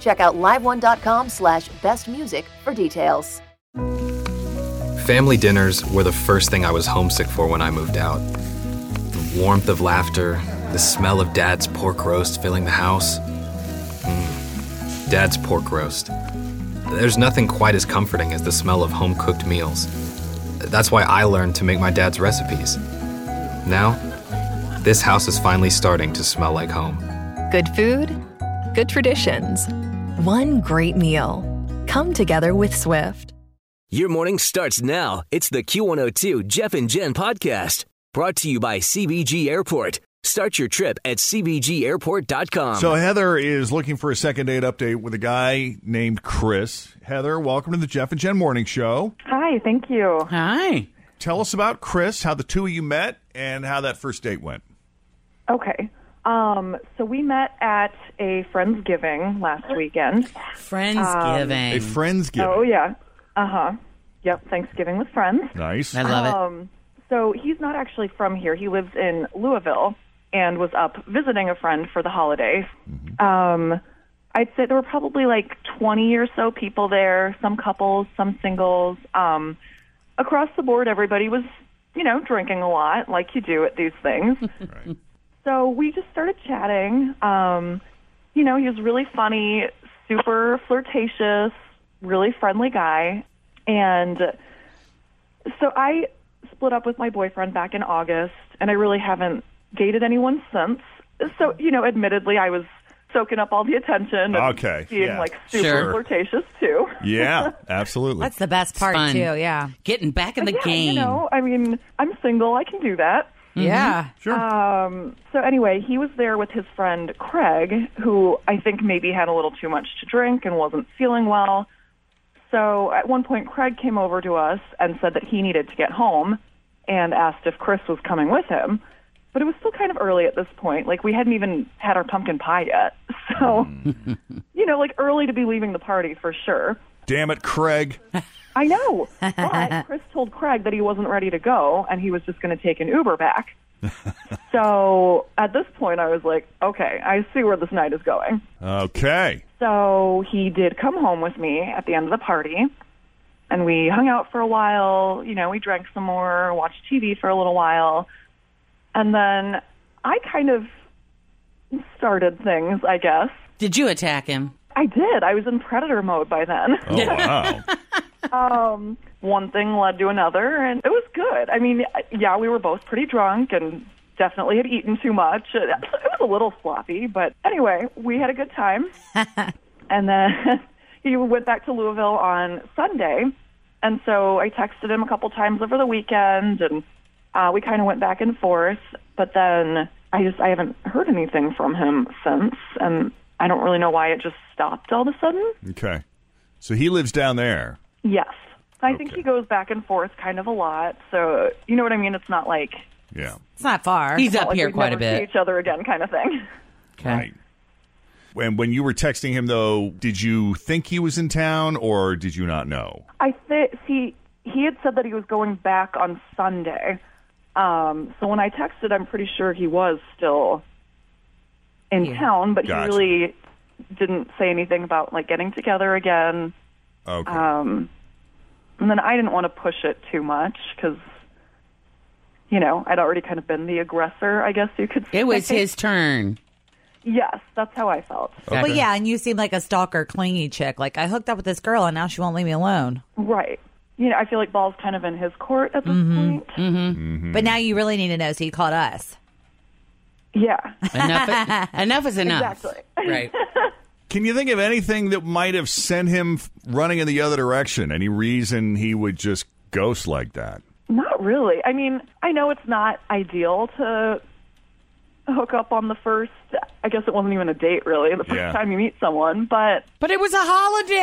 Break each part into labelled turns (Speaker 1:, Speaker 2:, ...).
Speaker 1: Check out liveone.com slash bestmusic for details.
Speaker 2: Family dinners were the first thing I was homesick for when I moved out. The warmth of laughter, the smell of Dad's pork roast filling the house. Mm, Dad's pork roast. There's nothing quite as comforting as the smell of home cooked meals. That's why I learned to make my dad's recipes. Now, this house is finally starting to smell like home.
Speaker 3: Good food, good traditions, one great meal. Come together with Swift.
Speaker 4: Your morning starts now. It's the Q102 Jeff and Jen podcast brought to you by CBG Airport. Start your trip at CBGAirport.com.
Speaker 5: So
Speaker 6: Um,
Speaker 5: Heather is looking for a second date update with a guy named Chris. Heather, welcome to the Jeff and Jen Morning Show.
Speaker 7: Hi, thank you.
Speaker 8: Hi.
Speaker 5: Tell us about Chris, how the two of you met, and how that first date went.
Speaker 7: Okay. Um, so we met at a Friendsgiving last weekend.
Speaker 6: Friendsgiving.
Speaker 5: A friend's gift.
Speaker 7: Oh, yeah. Uh huh. Yep, Thanksgiving with friends.
Speaker 5: Nice.
Speaker 6: I love it.
Speaker 7: Um, so he's not actually from here. He lives in Louisville and was up visiting a friend for the holiday. Um, I'd say there were probably like 20 or so people there, some couples, some singles. Um, across the board, everybody was, you know, drinking a lot like you do at these things. So we just started chatting. Um, you know, he was really funny, super flirtatious, really friendly guy. And so I split up with my boyfriend back in August, and I really haven't dated anyone since. So, you know, admittedly, I was soaking up all the attention. And
Speaker 5: Okay,
Speaker 7: Being
Speaker 5: yeah.
Speaker 7: like super
Speaker 6: Sure.
Speaker 7: flirtatious, too.
Speaker 5: Yeah, absolutely.
Speaker 6: That's the best
Speaker 9: part,
Speaker 6: fun.
Speaker 9: too, yeah.
Speaker 6: Getting back in the
Speaker 7: Yeah,
Speaker 6: game.
Speaker 7: You know, I mean, I'm single. I can do that.
Speaker 9: Yeah.
Speaker 5: sure.
Speaker 7: Um, so anyway, he was there with his friend Craig, who I think maybe had a little too much to drink and wasn't feeling well. So at one point, Craig came over to us and said that he needed to get home and asked if Chris was coming with him. But it was still kind of early at this point. Like, we hadn't even had our pumpkin pie yet. So, you know, like early to be leaving the party for sure.
Speaker 5: Damn it, Craig.
Speaker 7: I know. But Chris told Craig that he wasn't ready to go and he was just going to take an Uber back. so at this point, I was like, okay, I see where this night is going.
Speaker 5: Okay.
Speaker 7: So he did come home with me at the end of the party and we hung out for a while. You know, we drank some more, watched TV for a little while. And then I kind of started things, I guess.
Speaker 6: Did you attack him?
Speaker 7: I did. I was in predator mode by then.
Speaker 5: Oh, wow.
Speaker 7: um, one thing led to another, and it was good. I mean, yeah, we were both pretty drunk and definitely had eaten too much. It was a little sloppy, but anyway, we had a good time. and then he went back to Louisville on Sunday, and so I texted him a couple times over the weekend, and uh, we kind of went back and forth. But then I just I haven't heard anything from him since, and I don't really know why it just stopped all of a sudden.
Speaker 5: Okay. So he lives down there.
Speaker 7: Yes. I think
Speaker 5: Okay.
Speaker 7: he goes back and forth kind of a lot. So, you know what I mean? It's not like,
Speaker 5: Yeah.
Speaker 9: It's not far.
Speaker 6: He's
Speaker 7: not
Speaker 6: up
Speaker 7: like
Speaker 6: here
Speaker 7: we'd
Speaker 6: quite a
Speaker 7: never see
Speaker 6: bit.
Speaker 7: each other again kind of thing.
Speaker 6: Okay.
Speaker 5: Right. And when you were texting him, though, did you think he was in town or did you not know?
Speaker 7: I th- see. He had said that he was going back on Sunday. Um, so when I texted, I'm pretty sure he was still in town, but
Speaker 5: Gotcha.
Speaker 7: he really didn't say anything about like getting together again.
Speaker 5: Okay.
Speaker 7: Um, and then I didn't want to push it too much because, you know, I'd already kind of been the aggressor, I guess you could say.
Speaker 6: It was his turn.
Speaker 7: Yes, that's how I felt.
Speaker 9: Well, yeah, and you seem like a stalker, clingy chick. Like I hooked up with this girl, and now she won't leave me alone.
Speaker 7: Right. You know, I feel like ball's kind of in his court at this point.
Speaker 9: Mm-hmm. But now you really need to know, so you called us.
Speaker 7: Yeah.
Speaker 6: Enough, enough is enough.
Speaker 7: Exactly.
Speaker 6: Right.
Speaker 5: Can you think of anything that might have sent him f- running in the other direction? Any reason he would just ghost like that?
Speaker 7: Not really. I mean, I know it's not ideal to hook up on the first. I guess it wasn't even a date, really, the first
Speaker 5: Yeah.
Speaker 7: time you meet someone. But
Speaker 6: But it was a holiday.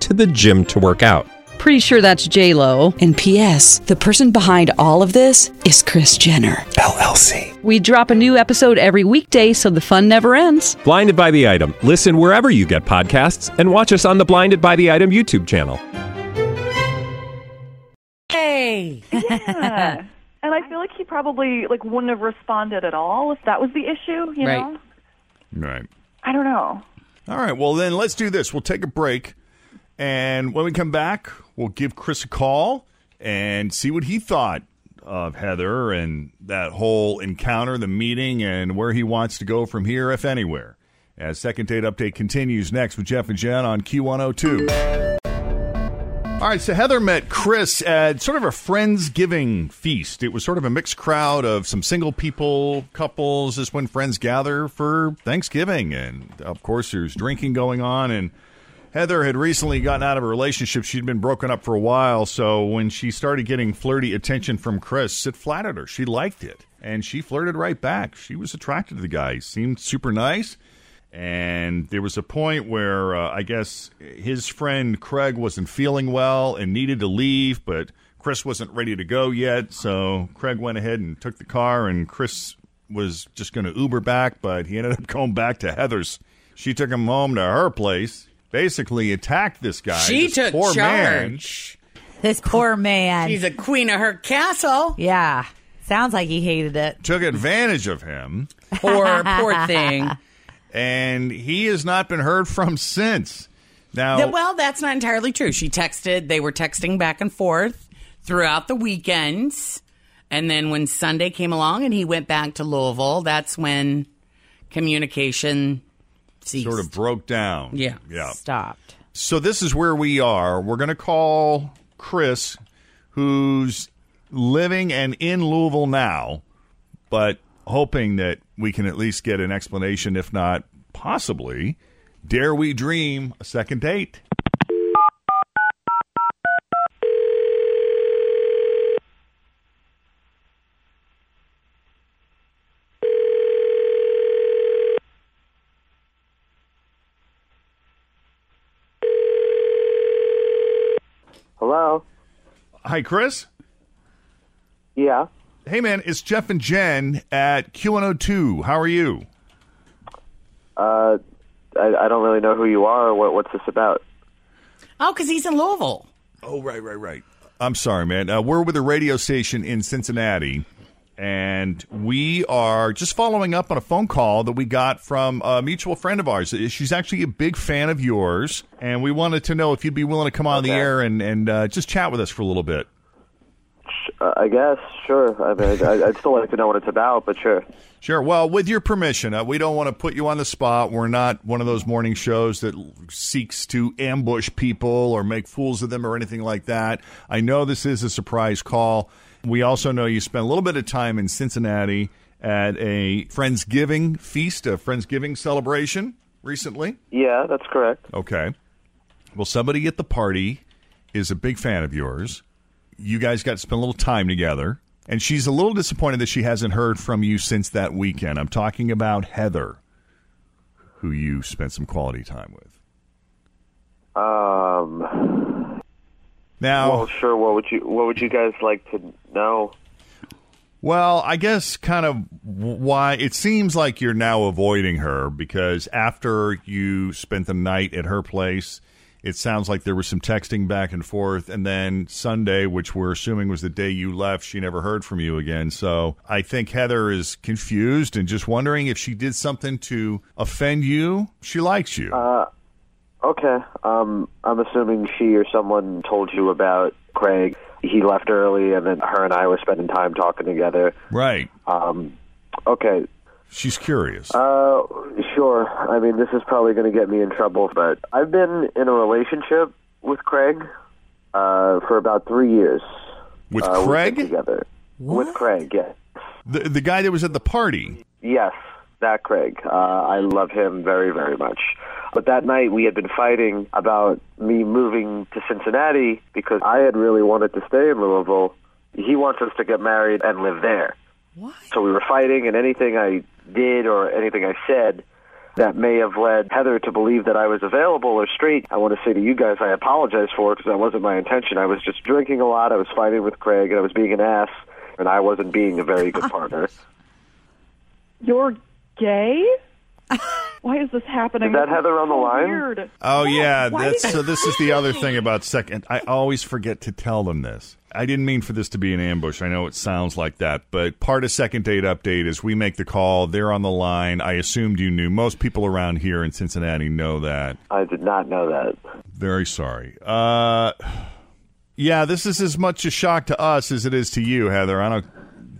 Speaker 4: to the gym to work out.
Speaker 10: Pretty sure that's J Lo. And P.S. The person behind all of this is Chris Jenner LLC. We drop a new episode every weekday, so the fun never ends.
Speaker 4: Blinded by the Item. Listen wherever you get podcasts and watch us on the Blinded by the Item YouTube channel.
Speaker 6: Hey.
Speaker 7: yeah. and I feel like he probably like wouldn't have responded at all if that was the issue. You
Speaker 6: Right.
Speaker 7: know,
Speaker 5: Right.
Speaker 7: I don't know.
Speaker 5: All right. Well, then let's do this. We'll take a break. And when we come back, we'll give Chris a call and see what he thought of Heather and that whole encounter, the meeting, and where he wants to go from here, if anywhere. As Second Date Update continues next with Jeff and Jen on Q102. All right, so Heather met Chris at sort of a Friendsgiving feast. It was sort of a mixed crowd of some single people, couples. This is when friends gather for Thanksgiving. And of course, there's drinking going on. And Heather had recently gotten out of a relationship. She'd been broken up for a while. So when she started getting flirty attention from Chris, it flattered her. She liked it. And she flirted right back. She was attracted to the guy. He seemed super nice. And there was a point where uh, I guess his friend Craig wasn't feeling well and needed to leave, but Chris wasn't ready to go yet. So Craig went ahead and took the car, and Chris was just going to Uber back, but he ended up going back to Heather's. She took him home to her place, basically attacked this guy.
Speaker 6: She
Speaker 5: this
Speaker 6: took
Speaker 5: poor man.
Speaker 6: charge.
Speaker 9: This poor man.
Speaker 6: She's a queen of her castle.
Speaker 9: yeah, sounds like he hated it.
Speaker 5: Took advantage of him.
Speaker 6: Poor, poor thing.
Speaker 5: and he has not been heard from since. Now,
Speaker 6: Th- Well, that's not entirely true. She texted, they were texting back and forth throughout the weekends. And then when Sunday came along and he went back to Louisville, that's when communication ceased.
Speaker 5: sort of broke down.
Speaker 6: Yeah.
Speaker 5: yeah.
Speaker 9: Stopped.
Speaker 5: So this is where we are. We're going to call Chris, who's living and in Louisville now, but hoping that we can at least get an explanation, if not possibly, dare we dream a second date?
Speaker 10: Hello.
Speaker 5: Hi, Chris.
Speaker 10: Yeah.
Speaker 5: Hey, man, it's Jeff and Jen at Q102. How are you?
Speaker 10: Uh, I, I don't really know who you are. What, what's this about?
Speaker 6: oh, because he's in Louisville.
Speaker 5: Oh, right, right, right. I'm sorry, man. Uh, we're with a radio station in Cincinnati, and we are just following up on a phone call that we got from a mutual friend of ours. Uh, She's actually a big fan of yours, and we wanted to know if you'd be willing to come on the air and, and uh, just chat with us for a little bit.
Speaker 10: Uh, I guess, sure. I mean, I, I'd still like to know what it's about, but sure.
Speaker 5: Sure. Well, with your permission, uh, we don't want to put you on the spot. We're not one of those morning shows that l- seeks to ambush people or make fools of them or anything like that. I know this is a surprise call. We also know you spent a little bit of time in Cincinnati at a Friendsgiving feast, a Friendsgiving celebration recently?
Speaker 7: Yeah, that's correct.
Speaker 5: Okay. Well, somebody at the party is a big fan of yours. You guys got to spend a little time together. And she's a little disappointed that she hasn't heard from you since that weekend. I'm talking about Heather, who you spent some quality time with.
Speaker 7: Um,
Speaker 5: Now,
Speaker 7: well, sure. What would you What would you guys like to know?
Speaker 5: Well, I guess kind of why it seems like you're now avoiding her because after you spent the night at her place, it sounds like there was some texting back and forth. And then Sunday, which we're assuming was the day you left, she never heard from you again. So I think Heather is confused and just wondering if she did something to offend you. She likes you.
Speaker 7: Uh, okay. Um, I'm assuming she or someone told you about Craig. He left early, and then her and I were spending time talking together.
Speaker 5: right.
Speaker 7: Um, okay.
Speaker 5: She's curious.
Speaker 7: Uh, sure. I mean, this is probably going to get me in trouble, but I've been in a relationship with Craig uh, for about three years.
Speaker 5: With
Speaker 7: Uh, we've been
Speaker 5: Craig?
Speaker 7: together. With Craig, yes.
Speaker 5: The, the guy that was at the party.
Speaker 7: Yes, that Craig. Uh, I love him very, very much. But that night we had been fighting about me moving to Cincinnati because I had really wanted to stay in Louisville. He wants us to get married and live there. What? So we were fighting, and anything I did or anything I said that may have led Heather to believe that I was available or straight. I want to say to you guys, I apologize for it because that wasn't my intention. I was just drinking a lot. I was fighting with Craig, and I was being an ass, and I wasn't being a very good partner.
Speaker 1: You're gay? Why is this happening?
Speaker 7: Is that
Speaker 1: This
Speaker 7: Heather on the
Speaker 1: so
Speaker 7: line?
Speaker 1: Weird.
Speaker 5: Oh yeah,
Speaker 1: why
Speaker 5: that's
Speaker 1: did
Speaker 5: so.
Speaker 1: I
Speaker 5: This is the other thing about second. I always forget to tell them this. I didn't mean for this to be an ambush. I know it sounds like that, but part of second date update is we make the call. They're on the line. I assumed you knew. Most people around here in Cincinnati know that.
Speaker 7: I did not know that.
Speaker 5: Very sorry. Uh, yeah, this is as much a shock to us as it is to you, Heather. I don't.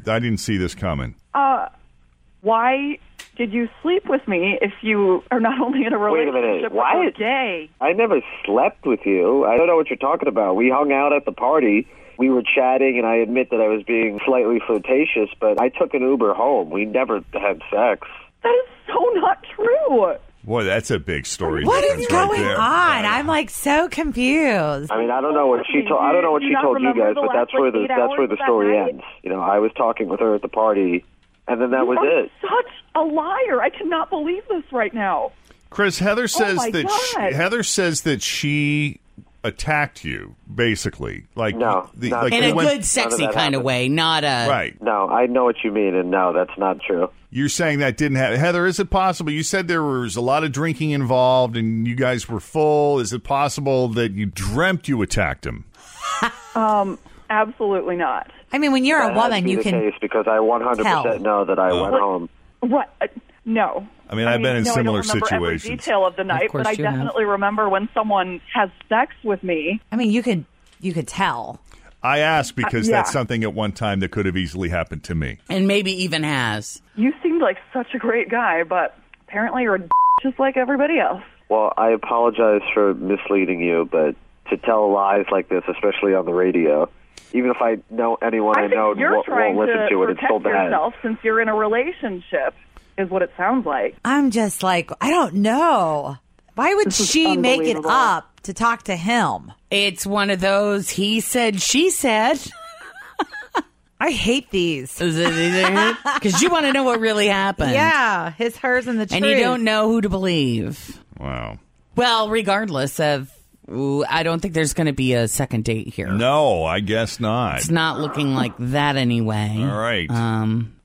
Speaker 5: I didn't see this coming.
Speaker 1: Uh, why did you sleep with me if you are not only in a
Speaker 7: Wait a
Speaker 1: relationship
Speaker 7: minute.
Speaker 1: but
Speaker 7: Why
Speaker 1: you're
Speaker 7: is-
Speaker 1: gay?
Speaker 7: I never slept with you. I don't know what you're talking about. We hung out at the party. We were chatting, and I admit that I was being slightly flirtatious, but I took an Uber home. We never had sex.
Speaker 1: That is so not true.
Speaker 5: Boy, that's a big story.
Speaker 4: What is
Speaker 5: difference right
Speaker 4: going
Speaker 5: there.
Speaker 4: on? I'm like so confused.
Speaker 7: I mean, I don't know what she told. I don't know what
Speaker 4: Do you
Speaker 7: she
Speaker 4: not
Speaker 7: told you
Speaker 4: remember
Speaker 7: guys,
Speaker 4: the
Speaker 7: but that's
Speaker 4: last, like,
Speaker 7: where the
Speaker 4: eight
Speaker 7: that's where
Speaker 4: hours
Speaker 7: the
Speaker 4: that
Speaker 7: story
Speaker 4: night?
Speaker 7: ends. You know, I was talking with her at the party, and then that was
Speaker 1: you are
Speaker 7: it.
Speaker 1: Such a liar. I cannot believe this right now.
Speaker 5: Chris, Heather says
Speaker 1: Oh, my
Speaker 5: that she,
Speaker 1: God.
Speaker 5: Heather says that she attacked you, basically. Like no, the, like
Speaker 6: in
Speaker 5: you
Speaker 6: a
Speaker 5: went-
Speaker 6: good, sexy kind of way, not a
Speaker 5: Right.
Speaker 7: No, I know what you mean, and no, that's not true.
Speaker 5: You're saying that didn't happen, Heather. Is it possible? You said there was a lot of drinking involved, and you guys were full. Is it possible that you dreamt you attacked him?
Speaker 1: Um, absolutely not.
Speaker 4: I mean, when you're
Speaker 7: That had to be the case because I 100
Speaker 5: tell.
Speaker 7: percent know that I went
Speaker 5: What-
Speaker 7: home.
Speaker 1: What? Uh, no.
Speaker 5: I mean, I've been in
Speaker 1: no,
Speaker 5: similar
Speaker 1: I don't remember Every
Speaker 5: situations.
Speaker 1: detail of the night,
Speaker 5: course
Speaker 1: but I
Speaker 5: you have.
Speaker 1: definitely remember when someone has sex with me.
Speaker 4: I mean, you could you could tell.
Speaker 5: I asked because
Speaker 1: Uh, yeah.
Speaker 5: that's something at one time that could have easily happened to me.
Speaker 6: and maybe even has.
Speaker 1: You seemed like such a great guy, but apparently you're a d- just like everybody else.
Speaker 7: Well, I apologize for misleading you, but to tell lies like this, especially on the radio, even if I know anyone I, know
Speaker 1: You're
Speaker 7: won't,
Speaker 1: trying
Speaker 7: won't listen
Speaker 1: to,
Speaker 7: to, it, it's
Speaker 1: protect
Speaker 7: so bad.
Speaker 1: yourself since you're in a relationship, is what it sounds like.
Speaker 4: I'm just like, I don't know. Why would
Speaker 1: This is
Speaker 4: she make it
Speaker 1: unbelievable.
Speaker 4: up to talk to him?
Speaker 6: It's one of those he said, she said.
Speaker 4: I hate these.
Speaker 6: Because you want to know what really happened.
Speaker 4: Yeah, his, hers, and the truth.
Speaker 6: And you don't know who to believe.
Speaker 5: Wow.
Speaker 6: Well, regardless of, ooh, I don't think there's going to be a second date here.
Speaker 5: No, I guess not.
Speaker 6: It's not looking like that anyway. Um,
Speaker 5: All right.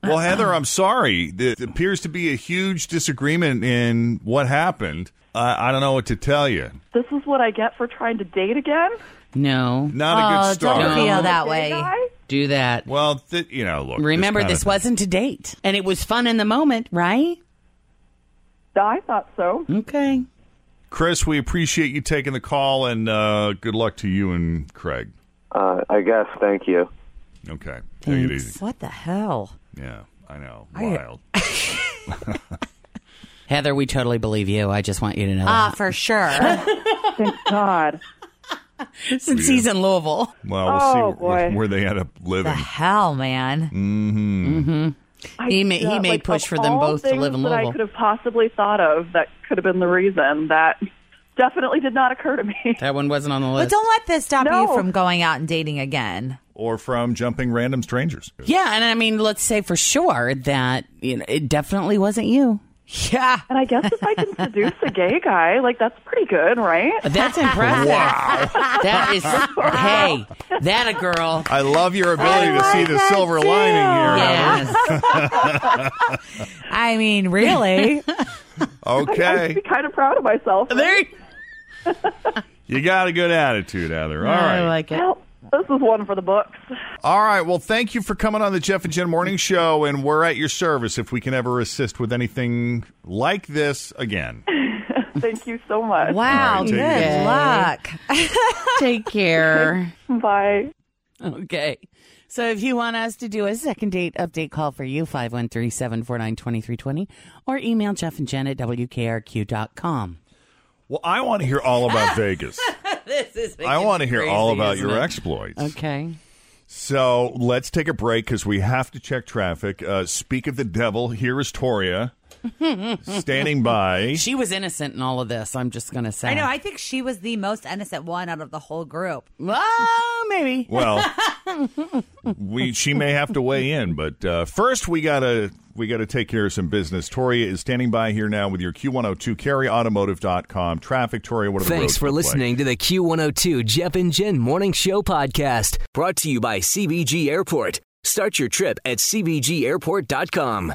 Speaker 5: well, Heather, I'm sorry. There appears to be a huge disagreement in what happened. I I don't know what to tell you.
Speaker 1: This is what I get for trying to date again.
Speaker 6: No.
Speaker 5: Not a good start.
Speaker 6: Do that.
Speaker 5: Well, th- you know, look.
Speaker 6: Remember,
Speaker 5: kind
Speaker 6: this
Speaker 5: of-
Speaker 6: wasn't a date, and it was fun in the moment, right?
Speaker 1: I thought so.
Speaker 6: Okay.
Speaker 5: Chris, we appreciate you taking the call, and uh, good luck to you and Craig.
Speaker 7: Uh, I guess. Thank you.
Speaker 5: Okay. Take it easy.
Speaker 4: What the hell?
Speaker 5: Yeah, I know.
Speaker 4: I-
Speaker 5: Wild.
Speaker 6: Heather, we totally believe you. I just want you to know.
Speaker 4: Ah, for sure.
Speaker 1: Thank God.
Speaker 6: Since he's in Louisville.
Speaker 5: Well, we'll
Speaker 4: Oh,
Speaker 5: see where,
Speaker 4: boy.
Speaker 9: Oh,
Speaker 5: where they end up
Speaker 4: the
Speaker 5: living.
Speaker 4: hell, man.
Speaker 5: Mm-hmm.
Speaker 4: Mm-hmm.
Speaker 7: I,
Speaker 6: He made- he
Speaker 7: uh,
Speaker 6: made
Speaker 7: like,
Speaker 6: push
Speaker 7: of
Speaker 6: for them
Speaker 7: all
Speaker 6: both to
Speaker 7: things
Speaker 6: live in
Speaker 7: that I
Speaker 6: Louisville.
Speaker 7: could have possibly thought of that could have been the reason that definitely did not occur to me.
Speaker 6: That one wasn't on the
Speaker 9: But
Speaker 6: list.
Speaker 9: don't let this stop you
Speaker 7: No.
Speaker 9: from going out and dating again.
Speaker 5: or from jumping random strangers.
Speaker 6: Yeah, and I mean, let's say for sure that you know, it definitely wasn't you. Yeah.
Speaker 7: And I guess if I can seduce a gay guy, like that's pretty good, right?
Speaker 6: That's impressive. That is, hey, that a girl.
Speaker 5: I love your ability to see the silver lining here.
Speaker 9: I mean, really?
Speaker 5: okay.
Speaker 7: I'm kind of proud of myself. There.
Speaker 5: You got a good attitude, Heather. All right.
Speaker 6: like it.
Speaker 7: Well, this is one for the books.
Speaker 5: All right. Well, thank you for coming on the Jeff and Jen Morning Show, and we're at your service if we can ever assist with anything like this again.
Speaker 7: Thank you so much.
Speaker 9: Wow,
Speaker 5: All right, take
Speaker 9: good
Speaker 5: it easy.
Speaker 9: luck.
Speaker 6: Take care.
Speaker 7: Bye.
Speaker 6: Okay. So if you want us to do a second date update call for you, 513 749 2320, or email Jeff and Jen at WKRQ.com.
Speaker 5: Well, I want to hear all about Vegas.
Speaker 6: this is
Speaker 5: I want to hear all about your
Speaker 6: ex.
Speaker 5: exploits.
Speaker 6: Okay.
Speaker 5: So let's take a break because we have to check traffic. Uh, speak of the devil. Here is Toria standing by.
Speaker 6: She was innocent in all of this, I'm just going to say.
Speaker 9: I know. I think she was the most innocent one out of the whole group.
Speaker 6: Oh, maybe.
Speaker 5: Well, we she may have to weigh in, but uh, first we gotta we gotta take care of some business. Toria is standing by here now with your Q102 carryautomotive.com traffic. Toria, what are the roads
Speaker 11: Thanks for
Speaker 5: look like?
Speaker 11: listening to the Q102 Jeff and Jen Morning Show podcast, brought to you by CBG Airport. Start your trip at CBGAirport.com.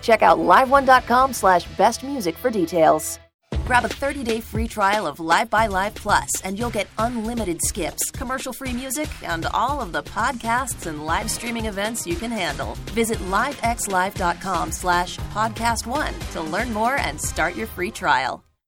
Speaker 1: Check out liveone.com slash best music for details. Grab a 30-day free trial of Live by Live Plus, and you'll get unlimited skips, commercial-free music, and all of the podcasts and live streaming events you can handle. Visit livexlive.com slash podcast one to learn more and start your free trial.